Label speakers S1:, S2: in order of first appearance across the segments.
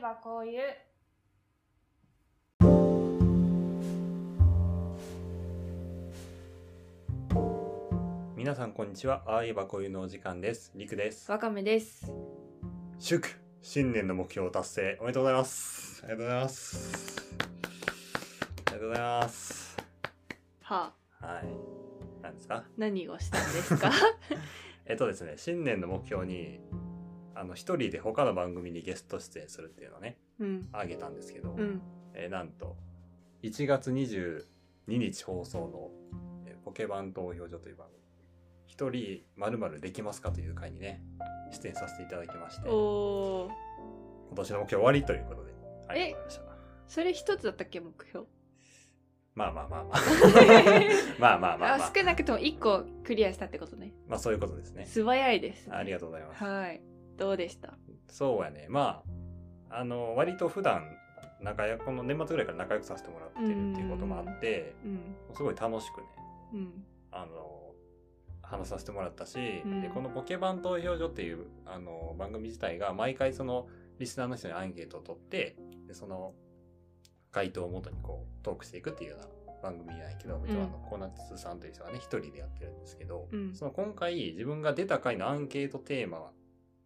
S1: ばこういう
S2: 皆さんこんにちは。ああいえばこういうのお時間です。りくです。
S3: わかめです。
S2: 祝新年の目標達成おめでとうございます。ありがとうございます。ありがとうございます。
S3: はあ、
S2: はい。なんですか
S3: 何をしたんです か。
S2: えっとですね、新年の目標に、あの、一人で他の番組にゲスト出演するっていうのをね、
S3: うん、
S2: あげたんですけど、
S3: うん、
S2: えーなんと、1月22日放送の、えーポケバン投票所という番組、一人〇〇できますかという回にね、出演させていただきまして、
S3: お
S2: 今
S3: お、
S2: 年の目標終わりということで、ありがとうございました。
S3: それ一つだったっけ目標。
S2: まあまあま あまあ。 まあまあまあまあ
S3: あ、。少なくとも一個クリアしたってことね。
S2: まあそういうことですね。
S3: 素早いです、
S2: ありが
S3: と
S2: とうございます。
S3: はい、どうでした。
S2: そうやね。まあ、あの、割と普段、仲良く、この年末ぐらいから仲良くさせてもらってるっていうこともあって、
S3: うん、
S2: すごい楽しくね、
S3: うん、
S2: あの、話させてもらったし、
S3: うん
S2: で、このポケバン投票所っていう、あの、番組自体が、毎回その、リスナーの人にアンケートを取って、で、その、回答をもとにこう、トークしていくっていうような番組じゃないけど、もちろんあの、コーナツさんという人がね、一人でやってるんですけど、
S3: うん、
S2: その今回自分が出た回のアンケートテーマは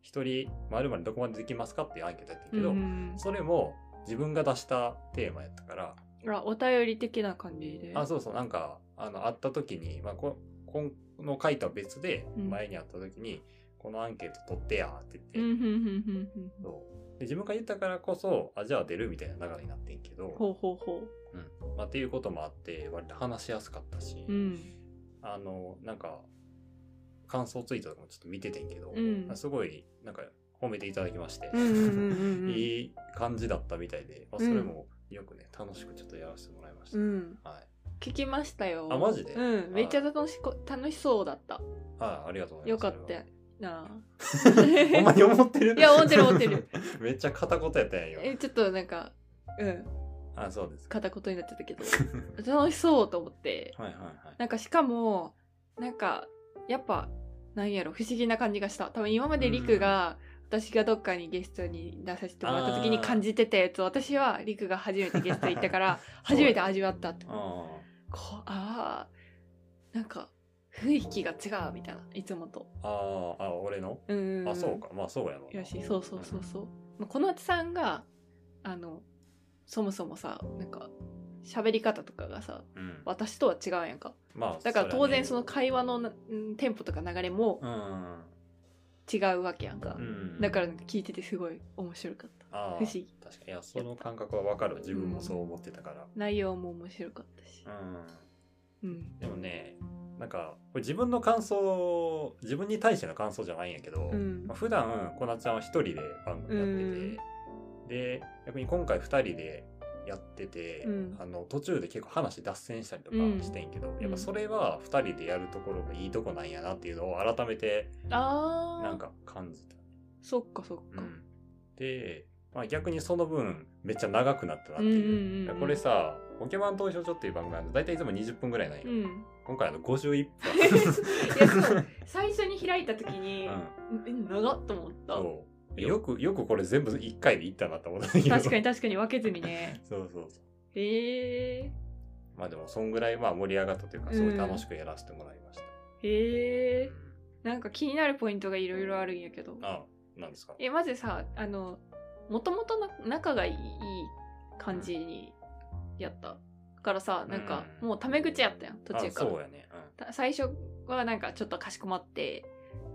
S2: 一人まるまるどこまでできますかっていうアンケートやってるけ
S3: う
S2: ど、
S3: ん
S2: それも自分が出したテーマやったから、
S3: あ、お便り的な感じで。
S2: あそうそうなんかあの会った時に、まあ、ここの回とは別で
S3: うん
S2: 前に会った時に、このアンケート取ってやって
S3: う
S2: 言って、
S3: ん、ふん、ふん、ふん、ふん。
S2: そうで自分が言ったからこそあじゃあ出るみたいな流れになってんけど、
S3: ほうほうほ
S2: うんまあ、っていうこともあって割と話しやすかったし、
S3: う。うん、
S2: あのなんか感想ツイートとかもちょっと見ててんけど、
S3: うん
S2: すごいなんか褒めていただきまして、
S3: うん、うん、うん、うん。
S2: い
S3: い。
S2: い感じだったみたいで、まあ、それもよくね、楽しくちょっとやらせてもらいました、
S3: うん、
S2: はい
S3: 聞きましたよ。
S2: あマジで、はい
S3: うん、めっちゃ楽しこ、楽しそうだった。
S2: ありがとうござい
S3: よ
S2: ます
S3: かったな
S2: それは ほんま
S3: あ。
S2: に思ってる
S3: いや思ってる思ってる
S2: めっちゃ片言やったやんよ
S3: え、ちょっとなんか、うん、
S2: あそうですか
S3: 片言になっちゃったけど、 楽しそうと思って。
S2: はいはいはい
S3: なんかしかも、なんか、やっぱ、なんやろ、不思議な感じがした。多分今までリクが、私がどっかにゲストに出させてもらった時に感じてたやつを、私はリクが初めてゲスト行った から、
S2: そう
S3: 初
S2: や
S3: めて味わったって。こ
S2: あ
S3: う、ああ、なんか、雰囲気が違うみたいな、いつもと。
S2: ーあーあ俺の、
S3: うん。
S2: あそうかまあそうやろうな
S3: よしそうそうそうそう、まあ、このあつさんがあのそもそもさなんか喋り方とかがさ
S2: うん、
S3: 私とは違うやんか
S2: まあ
S3: だから当然そ
S2: そ
S3: の会話のな、うんテンポとか流れも
S2: れはね
S3: 違うわけやんか
S2: う、ん、うん、
S3: だからなんか聞いててすごい面白かった
S2: あー
S3: 不思議
S2: 確かにいやその感覚はわかる自分もそう思ってたから、
S3: 内容も面白かったしうん
S2: うん、でもねなんかこれ自分の感想自分に対しての感想じゃないんやけど、
S3: うん
S2: まあ、普段こなつちゃんは一人で番組やってて、で逆に今回二人でやってて、
S3: うん
S2: あの途中で結構話脱線したりとか
S3: うん
S2: してんけど、やっぱそれは二人でやるところがいいとこなんやなっていうのを改めて
S3: あー
S2: なんか感じた。
S3: そっかそっ
S2: う
S3: か、
S2: ん、で、まあ、逆にその分めっちゃ長くなったなって
S3: うんうん
S2: い
S3: うん
S2: う
S3: うん
S2: これさ「ポケモン投票所」っていう番組は大体いつも20分ぐらいなんよ、
S3: うん
S2: 今回あの51
S3: いや
S2: 分
S3: そう最初に開いた時に、 え長っと思った
S2: そうよくよくこれ全部1回でいったなって思ったんだけど
S3: 確かに確かに分けずにね
S2: そうそうそう
S3: へえ
S2: まあでもそんぐらいまあ盛り上がったというかすごい楽しくやらせてもらいました、
S3: へ
S2: う
S3: え
S2: ん
S3: なんか気になるポイントがいろいろあるんやけど
S2: あなんですか
S3: えまずさあのもともと仲がいい感じにやったからさなんか
S2: うん
S3: もうタメ口やったやん途中か
S2: あそう
S3: ら
S2: やね、
S3: た最初はなんかちょっとかしこまって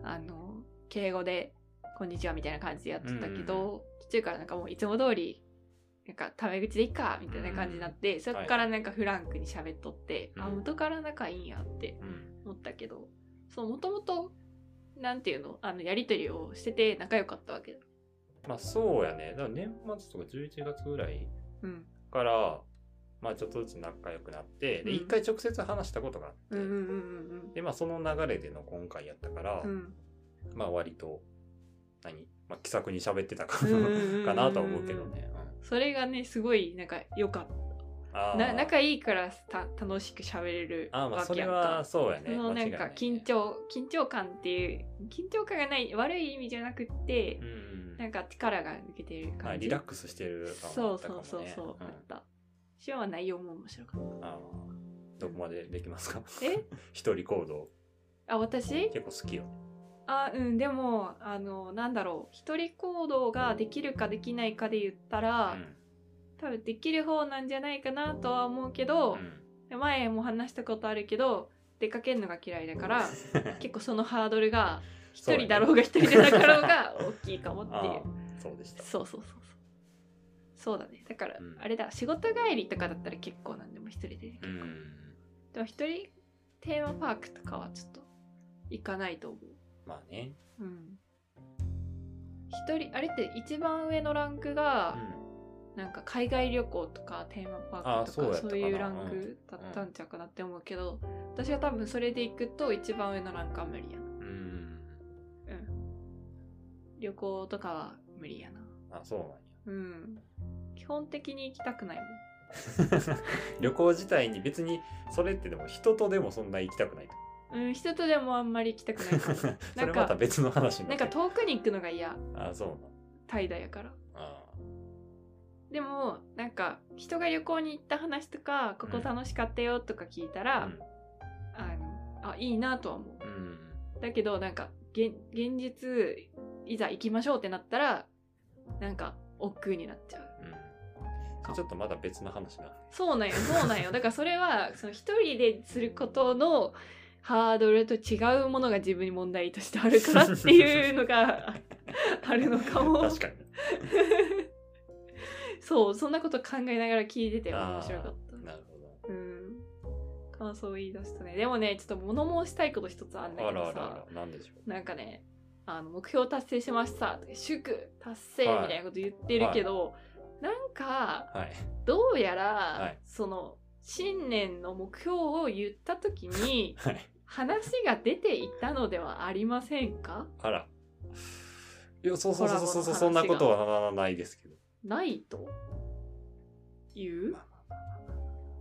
S3: あの敬語で「こんにちは」みたいな感じでやってたけど、途中からなんかもういつも通りなんかタメ口でいいかみたいな感じになって、そっからなんかフランクに喋っとって、
S2: うん
S3: あ元から仲いいんやって
S2: うんうん
S3: 思ったけどそうもともとなんていうのあのやり取りをしてて仲良かったわけだ
S2: まあそうやねだから年末とか11月ぐらい
S3: うん
S2: から、まあ、ちょっとずつ仲良くなってで
S3: うん
S2: 一回直接話したことがあって、
S3: うんうんうん
S2: でまあその流れでの今回やったから、
S3: うんうん
S2: まあ割と何、まあ、気さくに喋ってたか,、
S3: うんうんうんうんうん
S2: かなとは思うけどね、
S3: それがねすごいなんか良かっ
S2: うんあ
S3: た
S2: ー
S3: な仲いいからた楽しく喋れる
S2: あーまあ
S3: わ
S2: そ
S3: け
S2: れ
S3: やん
S2: は
S3: か
S2: そうや
S3: そ
S2: ね
S3: のなんか緊張、緊張感っていう緊張感がない悪い意味じゃなくって
S2: 間違いないねうんうん
S3: なんか力が抜けてる感じ、
S2: はい、リラックスしてる感は
S3: そ
S2: あ
S3: う
S2: っ
S3: そ
S2: たかも
S3: う
S2: ね
S3: そうそう、あったシオンは内容も面白かっ
S2: うんあーどこまでできますか
S3: たえ
S2: 一人行動
S3: あ私
S2: 結構好きよね
S3: あうんでもあのなんだろう一人行動ができるかできないかで言ったら、多分できる方なんじゃないかなとは思うけ
S2: うん
S3: ど
S2: う、ん
S3: 前も話したことあるけど出かけるのが嫌いだから 結構そのハードルが一人だろうが一人じゃなかろう が大きいかもって
S2: あ
S3: いう
S2: ーそうでした
S3: そうそうそうそうそうだねだから、
S2: うん
S3: あれだ仕事帰りとかだったら結構なんでも一人でできる
S2: う
S3: かも、
S2: ん
S3: でも一人テーマパークとかはちょっと行かないと思
S2: まあね
S3: ううん一人あれって一番上のランクが、なんか海外旅行とかテーマパークと
S2: あーそうや
S3: か
S2: ったか
S3: そ
S2: な
S3: ういうランクだったんちゃうかなって思うけど、私は多分それで行くと一番上のランクは無理やな
S2: うんうん
S3: 旅行とかは無理やな
S2: あそうなん
S3: う
S2: や
S3: ん基本的に行きたくないもん
S2: 旅行自体に別にそれってでも人とでもそんな行きたくないと
S3: うん、人とでもあんまり行きたく ないか も
S2: それまた別の話に
S3: な
S2: なんっ
S3: か
S2: て
S3: 遠くに行くのが嫌
S2: あそうなん
S3: 怠惰やから
S2: あ
S3: でもなんか人が旅行に行った話とかここ楽しかったよとか聞いたら、
S2: うん
S3: あのあいいなとは思
S2: ーうん
S3: うだけどなんか現現実いざ行きましょうってなったらなんか億劫になっちゃう
S2: うんそれちょっとまだ別の話な
S3: そう なんよそうなんよだからそれはその一人ですることのハードルと違うものが自分に問題としてあるからっていうのがあるのかも
S2: 確かに
S3: そうそんなこと考えながら聞いてて面
S2: あー
S3: 白かっ
S2: なるほど
S3: たうん感想を言い出したねでもねちょっと物申したいこと一つあんだ
S2: あ
S3: けど
S2: ら
S3: さ
S2: あらあらなんでしょう
S3: なんかねあの目標達成しました祝達成
S2: はい
S3: みたいなこと言ってるけど、なんか
S2: はい
S3: どうやら、
S2: い
S3: その新年の目標を言った時 に
S2: はい
S3: 話が出ていたのではありませんか
S2: あらいやそうそうそうそうそう
S3: コ
S2: そ
S3: ラボの話が
S2: んなことはならないですけど
S3: ないという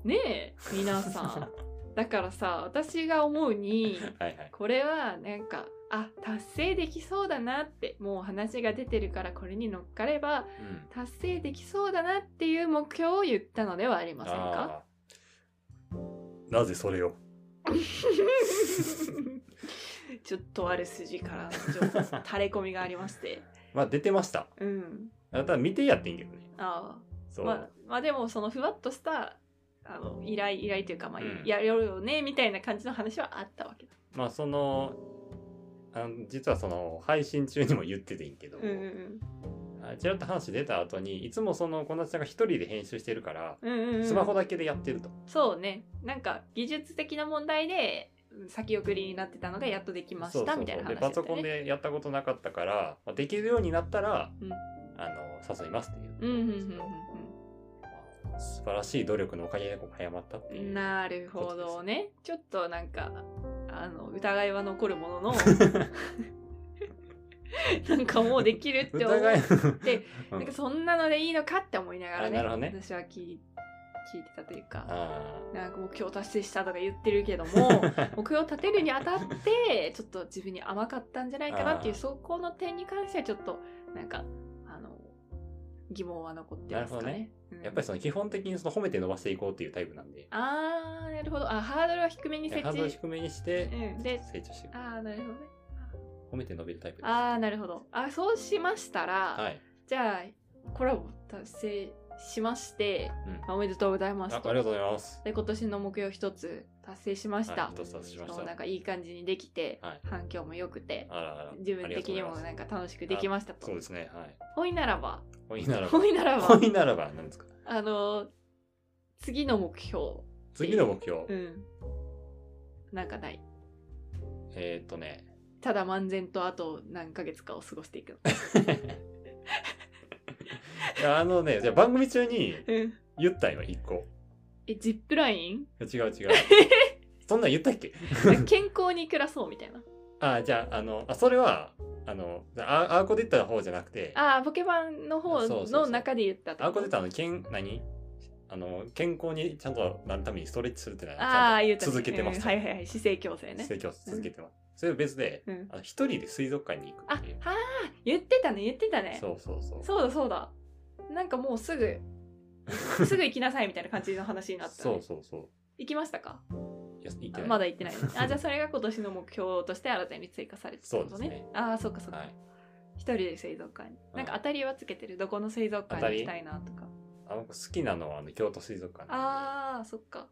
S3: ねえ皆さんだからさ私が思うに
S2: はいはい
S3: これはなんかあ達成できそうだなってもう話が出てるからこれに乗っかれば
S2: うん
S3: 達成できそうだなっていう目標を言ったのではありませんか
S2: あーなぜそれを
S3: ちょっとある筋からの情報垂れ込みがありま して
S2: まあ出てました
S3: うん
S2: あただ見てやってんけどね
S3: あ
S2: そ
S3: あ
S2: う、
S3: まあまあでもそのふわっとしたあの依頼依頼というかまあ、
S2: うん
S3: やるよねみたいな感じの話はあったわけだ
S2: まあそのあの実はその配信中にも言ってていいけど、
S3: うんうん
S2: あちらっと話出た後にいつもそのこなちゃんが一人で編集してるから、
S3: うんうんうん
S2: スマホだけでやってると、
S3: そうねなんか技術的な問題でうん先送りになってたのがやっとできましたみたいな話
S2: で
S3: だっ
S2: パ
S3: た
S2: ソ
S3: よ
S2: コン
S3: ね
S2: でやったことなかったから、まあ、できるようになったら、
S3: うん
S2: あの誘いますっていう、
S3: うんうんうん
S2: まあ素晴らしい努力のおかげでこう早まったって
S3: う
S2: い
S3: ん
S2: う
S3: なるほどねちょっとなんかあの疑いは残るも ののなんかもうできるって思う
S2: 疑いう
S3: なん
S2: ん
S3: かそんなのでいいのかって思いながらね
S2: あなるほどね
S3: 私は聞い聞いてたというか
S2: あ
S3: なんか目標達成したとか言ってるけど も
S2: ー
S3: 目標を立てるにあたってちょっと自分に甘かったんじゃないかなっていう
S2: あー
S3: そこの点に関してはちょっとなんかあの疑問は残ってますか
S2: なる
S3: ね。うん
S2: やっぱりその基本的にその褒めて伸ばしていこうっていうタイプなんで
S3: あーなるほどあハードルは低めに設
S2: ハードル
S3: 置
S2: 低めにして
S3: うんで
S2: 成長していく
S3: ああなるほどね
S2: 褒めて伸びるタイプです
S3: ああなるほどあそうしましたら、
S2: はい
S3: じゃあコラボ達成しまして、
S2: うん
S3: おめでとうございま
S2: ああ
S3: す
S2: りがとうございます
S3: で今年の目標一つ達成しました、
S2: はい、一つ達成しまし
S3: もうなん
S2: た
S3: かいい感じにできて、
S2: はい
S3: 反響も良くて
S2: あらあら
S3: 自分的にも
S2: ありがとうござい
S3: な
S2: ま
S3: んか楽しくできました
S2: すそう
S3: と
S2: です ねはい
S3: ほいならば
S2: ほいならば
S3: ほいならば
S2: ほいならばなんですか
S3: あのー次の目標
S2: 次の目標、
S3: うんなんかない
S2: えー、っとね
S3: ただ漫然とあと何ヶ月かを過ごしていく
S2: いやあのねじゃあ番組中に
S3: うん
S2: 言ったんよ一個
S3: えジップライン
S2: 違う違うそんなん言ったっけ
S3: 健康に暮らそうみたいな
S2: あじゃああのあそれはあのあアーコで言った方じゃなくて
S3: ああポケバンの方
S2: そうそうそ
S3: の
S2: う
S3: 中で言ったと
S2: アーコで言ったあのけん何あの健康にちゃんとなるためにストレッチするっていうの
S3: あ
S2: は
S3: あ
S2: ち
S3: 言
S2: ゃ
S3: うんた
S2: と
S3: ね
S2: 続けてます、
S3: うんはいはいはい姿勢矯正ね
S2: 姿勢教室続けてます、それは別で
S3: うん
S2: あの一人で水族館に行く
S3: あ
S2: っ
S3: は
S2: ていう
S3: あ言ってたね言ってたね
S2: そうそうそう
S3: そうだそうだなんかもうす ぐすぐ行きなさいみたいな感じの話になったね、
S2: そうそうそう
S3: 行きましたか
S2: いや行ってない
S3: まだ行ってないねあじゃあそれが今年の目標として新たに追加されてたこと
S2: そうですね
S3: ああそうかそうか、
S2: はい
S3: 一人で水族館になんか当たりはつけてるどこの水族館に行きたいなとか
S2: あの好きなのはあの京都水族館なん
S3: ああそっか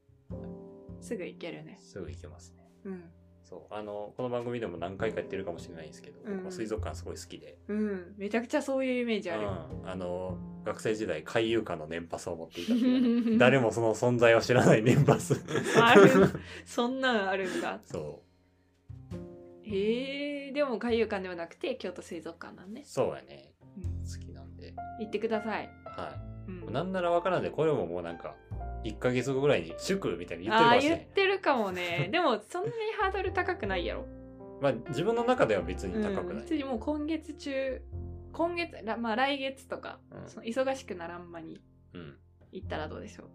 S3: すぐ行けるね
S2: で、すぐ行けますね
S3: うん
S2: そうあのこの番組でも何回か言ってるかもしれないんですけど、
S3: うん
S2: 僕は水族館すごい好きで、
S3: うん、めちゃくちゃそういうイメージある、
S2: うんあの学生時代海遊館の年パスを持っていたっていうね誰もその存在を知らない年パス
S3: ある そんなんあるんだ
S2: そ
S3: へえでも海遊館ではなくて京都水族館なん
S2: う
S3: ね、
S2: そうやね
S3: うん
S2: 好きなんで
S3: 行ってください、
S2: は
S3: う
S2: い
S3: ん、
S2: なんならわからんでこれももうなんか1ヶ月後ぐらいに祝みたいに言ってる
S3: あ
S2: か
S3: あ
S2: も
S3: ー言
S2: しれな
S3: っ
S2: い
S3: てるかも ねでもそんなにハードル高くないやろ、
S2: まあ自分の中では別に
S3: う
S2: 高く
S3: ん、
S2: ない、
S3: 別にもう今月中今月らまあ来月とか、
S2: うん
S3: その忙しくならんまに
S2: うん
S3: 行ったらどうでしょう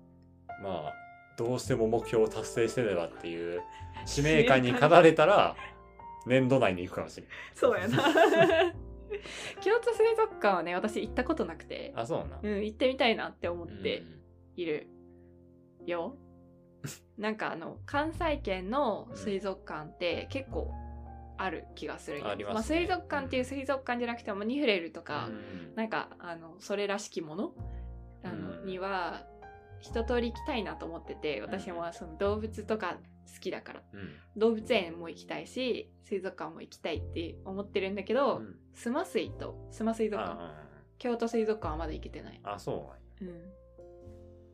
S2: まあどうしても目標を達成してればっていう使命感に駆られたら年度内に行くかもしれない
S3: そうやな 京都水族館はね私行ったことなくて、
S2: あそうな
S3: うん、行ってみたいなって思っ
S2: うん
S3: ている よ、なんかあの関西圏の水族館って結構ある気がするよ
S2: ありますね
S3: あ、水族館っていう水族館じゃなくてもニフレルとか、
S2: うん
S3: なんかあのそれらしきものあの、
S2: うん
S3: には一通り行きたいなと思ってて私もその動物とか好きだから
S2: うん
S3: 動物園も行きたいし水族館も行きたいって思ってるんだけど、
S2: うん
S3: スマスイとスマ水族館
S2: あ
S3: 京都水族館はまだ行けてない、
S2: ああそうなんや
S3: うん、
S2: ね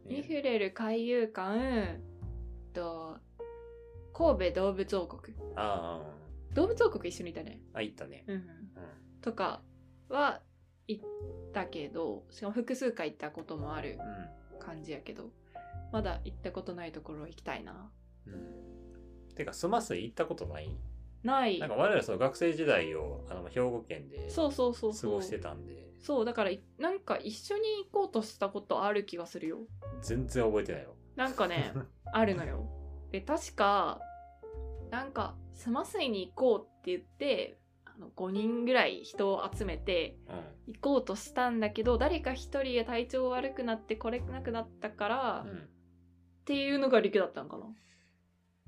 S3: ニフレル海遊館と神戸動物王国
S2: あ
S3: 動物王国一緒にいたね、
S2: ああ行ったね、う
S3: とかは行ったけどしかも複数回行ったこともある感じやけどまだ行ったことないところ行きたいな
S2: うんうん、てかスマス行ったことない
S3: ない
S2: なんか我々その学生時代をあの兵庫県で過
S3: そうそうそうそう
S2: ごしてたんで
S3: そうだからいなんか一緒に行こうとしたことある気がするよ
S2: 全然覚えてないよ、
S3: なんかねあるのよで確かなんかスマスイに行こうって言ってあの5人ぐらい人を集めて
S2: う
S3: 行こうとしたんだけど誰か1人が体調悪くなって来れなくなったから、
S2: ん
S3: っ
S2: うん、
S3: ていうのが陸だったのかな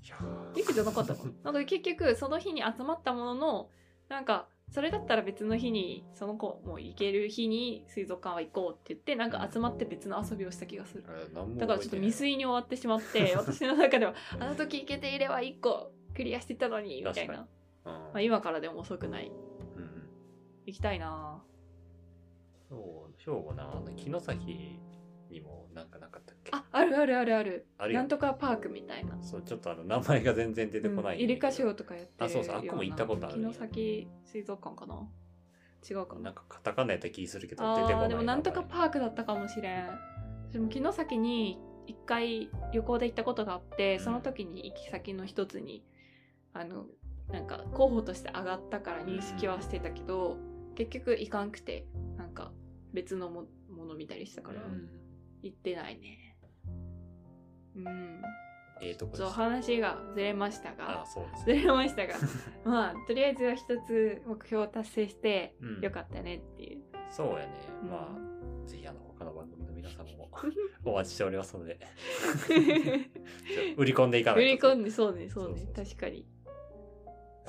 S3: い
S2: やー
S3: 陸じゃなかったかななんか結局その日に集まったもののなんかそれだったら別の日にその子も行ける日に水族館は行こうって言ってなんか集まって別の遊びをした気がする
S2: えー何も
S3: だからちょっと未
S2: 覚
S3: 遂
S2: えてない
S3: に終わってしまって私の中ではあの時行けていれば1個クリアしてたのにみたい
S2: 確
S3: な、
S2: か
S3: ま
S2: うん
S3: あ、今からでも遅くない
S2: うんうん
S3: 行きたいな
S2: そう兵庫なあの城崎にもなんかなかったっけ
S3: ああるあるあるある
S2: あるよ
S3: なんとかパークみたいな、
S2: そうちょっとあの名前が全然出てこない、
S3: うんイルカショーとかやってる
S2: あそうそうあっこも行ったことある
S3: ような城崎水族館かな違うかな
S2: なんかカタカナやった気するけど出てこ
S3: あ
S2: な
S3: ー
S2: い
S3: でもなんとか
S2: ー
S3: パークだったかもしれん私も城崎に一回旅行で行ったことがあって
S2: うん
S3: その時に行き先の一つにあのなんか候補として上がったから認識はしてたけど、結局行かんくてなんか別のももの見たりしたから、行ってないねうん
S2: ええとこです
S3: そう話がずれました
S2: あ
S3: が
S2: そうです
S3: ずれました がまあとりあえずは一つ目標を達成して
S2: うん
S3: よかったねっていう、
S2: そうやね、
S3: うん
S2: まあぜひあの他の番組の皆さんもお待ちしておりますの で 売り込んでいかな
S3: 売
S2: い
S3: り
S2: と
S3: 込んでそうねそうね
S2: そうそうそう
S3: 確かに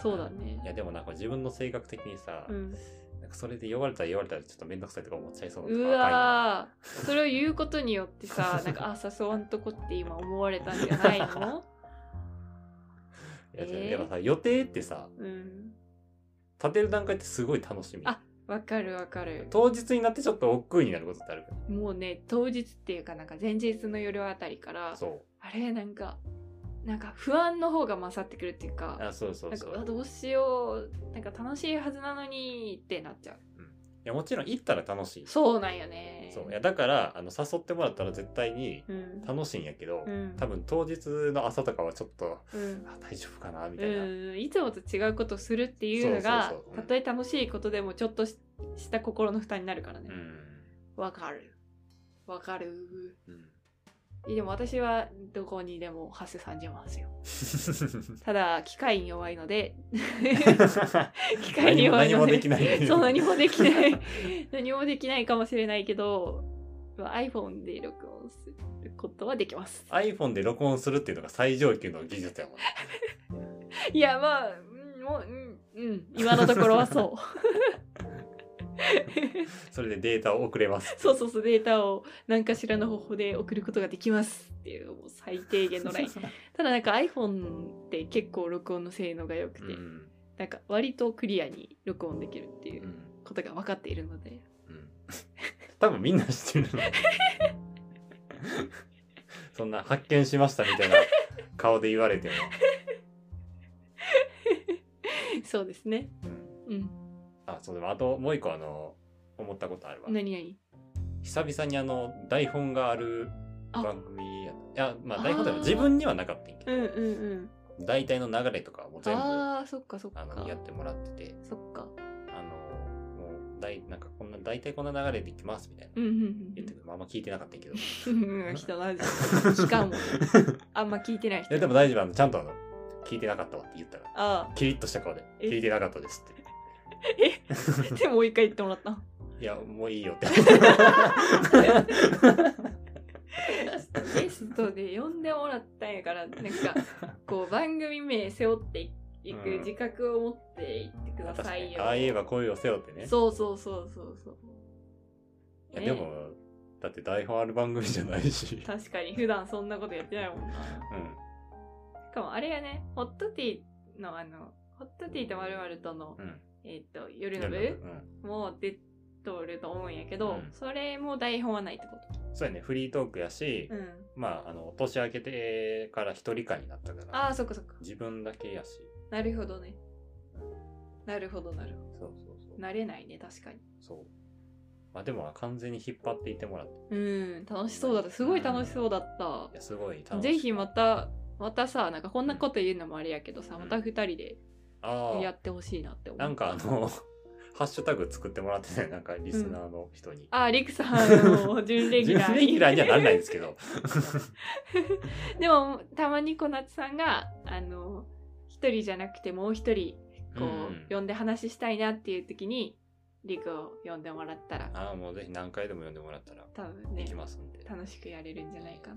S3: そうだね
S2: いやでもなんか自分の性格的にさ、
S3: うん、
S2: なんかそれで呼ばれたら呼ばれたらちょっと面倒くさいとか思っちゃいそう
S3: うわーそれを言うことによって さなんかあ誘わんとこって今思われたんじゃないの、
S2: ーい
S3: え
S2: や,、
S3: ー
S2: やっぱさ予定ってさ
S3: うん、
S2: 立てる段階ってすごい楽しみ
S3: あわかるわかる
S2: 当日になってちょっと億劫になることってあるか
S3: もうね当日っていうかなんか前日の夜あたりから
S2: らそう
S3: あれなんかなんか不安の方が勝ってくるっていうか
S2: あそうそう
S3: なん
S2: そ
S3: か
S2: う
S3: うわどうしようなんか楽しいはずなのにってなっちゃう
S2: いやもちろん行ったら楽しい
S3: そうなんよね
S2: そういやだからあの誘ってもらったら絶対に
S3: うん
S2: 楽しいんやけど、
S3: うん
S2: 多分当日の朝とかはちょっと
S3: うん
S2: あ大丈夫かなみたいな、
S3: うんいつもと違うことをするっていうのが
S2: そうそうそううん
S3: たとえ楽しいことでもちょっとしした心の負担になるからね
S2: うん
S3: わ、かるわかる
S2: うん
S3: いやでも私はどこにでも発生30万ですよ。ただ、機械に弱いの で、機械に弱い
S2: 何
S3: の
S2: も何もで
S3: で
S2: き、な い。
S3: そう、何もできない。 何もできないかもしれないけど、iPhone で録音することはできます。
S2: iPhone で録音するっていうのが最上級の技術やもんね。
S3: いや、まあ、うんもう、うん、 うん、今のところはそう。
S2: それでデータを送れます。
S3: そうそうそう、データを何かしらの方法で送ることができますっていう、もう最低限の ライン。ただなんか iPhone って結構録音の性能が良く
S2: う
S3: て、
S2: ん。。
S3: なんか割とクリアに録音できるっていううんことが分かっているの で、
S2: うん多分みんな知ってる。そんな発見しましたみたいな顔で言われても。
S3: そうですね。
S2: うん
S3: うん。
S2: あ、そうでもあともう一個あの、思ったことあるわ。
S3: 何々。
S2: 久々にあの、台本がある
S3: あ
S2: 番組やった。いや、まあ台本でも
S3: あー
S2: 自分にはなかったんやけ
S3: うんうんうん。
S2: ど、大体の流れとかはもう全部あ
S3: ああ、そっかそっか。
S2: のやってもらってて、
S3: そっか。
S2: あの、もう大、なんかこんな、大体こんな流れでいきますみたいな
S3: うんうん
S2: 言ってくる。まああんま聞いてなかったんやけど。
S3: うんうん。人の味。 しかも、あんま聞いてない人。
S2: えでも大丈夫あのちゃんとあの聞いてなかったわって言ったら
S3: あ
S2: キリッとした顔で
S3: え
S2: 聞いてなかったですって
S3: あ。 でもう一回言ってもらった。
S2: いやもういいよって
S3: ゲストで呼んでもらったんやからな んかこう番組名背負っていく自覚を持っていってくだ
S2: 確
S3: さ
S2: か
S3: い
S2: に
S3: よ、
S2: ああ言えば声を背負ってね
S3: そうそうそうそうそう
S2: いやでも、だって台本ある番組じゃないし、
S3: 確かに普段そんなことやってないもんなしかもあれやねホットティーのあのホットティーとまるまるとの、
S2: うんうん
S3: えっと夜の
S2: 夜
S3: 部
S2: のうん
S3: も出とると思うんやけど、
S2: うん
S3: それも台本はないってこと
S2: そうやねフリートークやし、
S3: うん
S2: まああの年明けてから一人会になったから
S3: ああそっかそっか
S2: 自分だけやし
S3: なるほどねなるほどなるほ
S2: そうそうそう
S3: ど慣れないね確かに
S2: そうまあでも完全に引っ張っていってもらって
S3: うん楽しそうだったすごい楽しそうだった
S2: いやすごい楽しい
S3: ぜひまたまたさなんかこんなこと言うのもあれやけどさ、
S2: うん
S3: また二人で
S2: ああ
S3: やってほしいなって思う
S2: なんかあの、 ハッシュタグ作ってもらってね、なんかリスナーの人に。
S3: あーリクさんの 準レギュラー
S2: 準レギュラーにはならないですけど。
S3: でもたまに小夏さんがあの一人じゃなくてもう一人 こう、
S2: うん
S3: 呼んで話したいなっていう時にリクを呼んでもらったら
S2: ああ、もうぜひ何回でも呼んでもらったら
S3: 多分
S2: で
S3: ね
S2: きますんで。
S3: 楽しくやれるんじゃないかな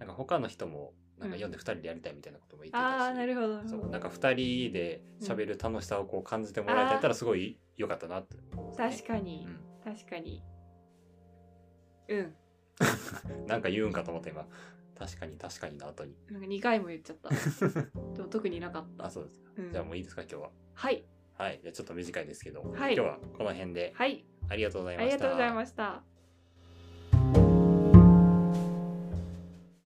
S2: なんか他の人も、なんか読んで2人でやりたいみたいなことも言ってたし。
S3: あーなるほどなる
S2: そ
S3: ほ
S2: う
S3: ど
S2: なんか2人で喋る楽しさをこう感じてもらえたやったらすごい良かったなって、
S3: 確かに、
S2: う
S3: 確かにうん
S2: ん、なんか言うんかと思った今確かに確かにの後に
S3: なんか2回も言っちゃった でも特になかった
S2: あそうですか、
S3: うん
S2: じゃあもういいですか今日は
S3: はい
S2: はいじゃあちょっと短いですけど、
S3: はい
S2: 今日はこの辺で
S3: はい
S2: ありがとうござい
S3: あ
S2: まし
S3: り
S2: た
S3: がとうございました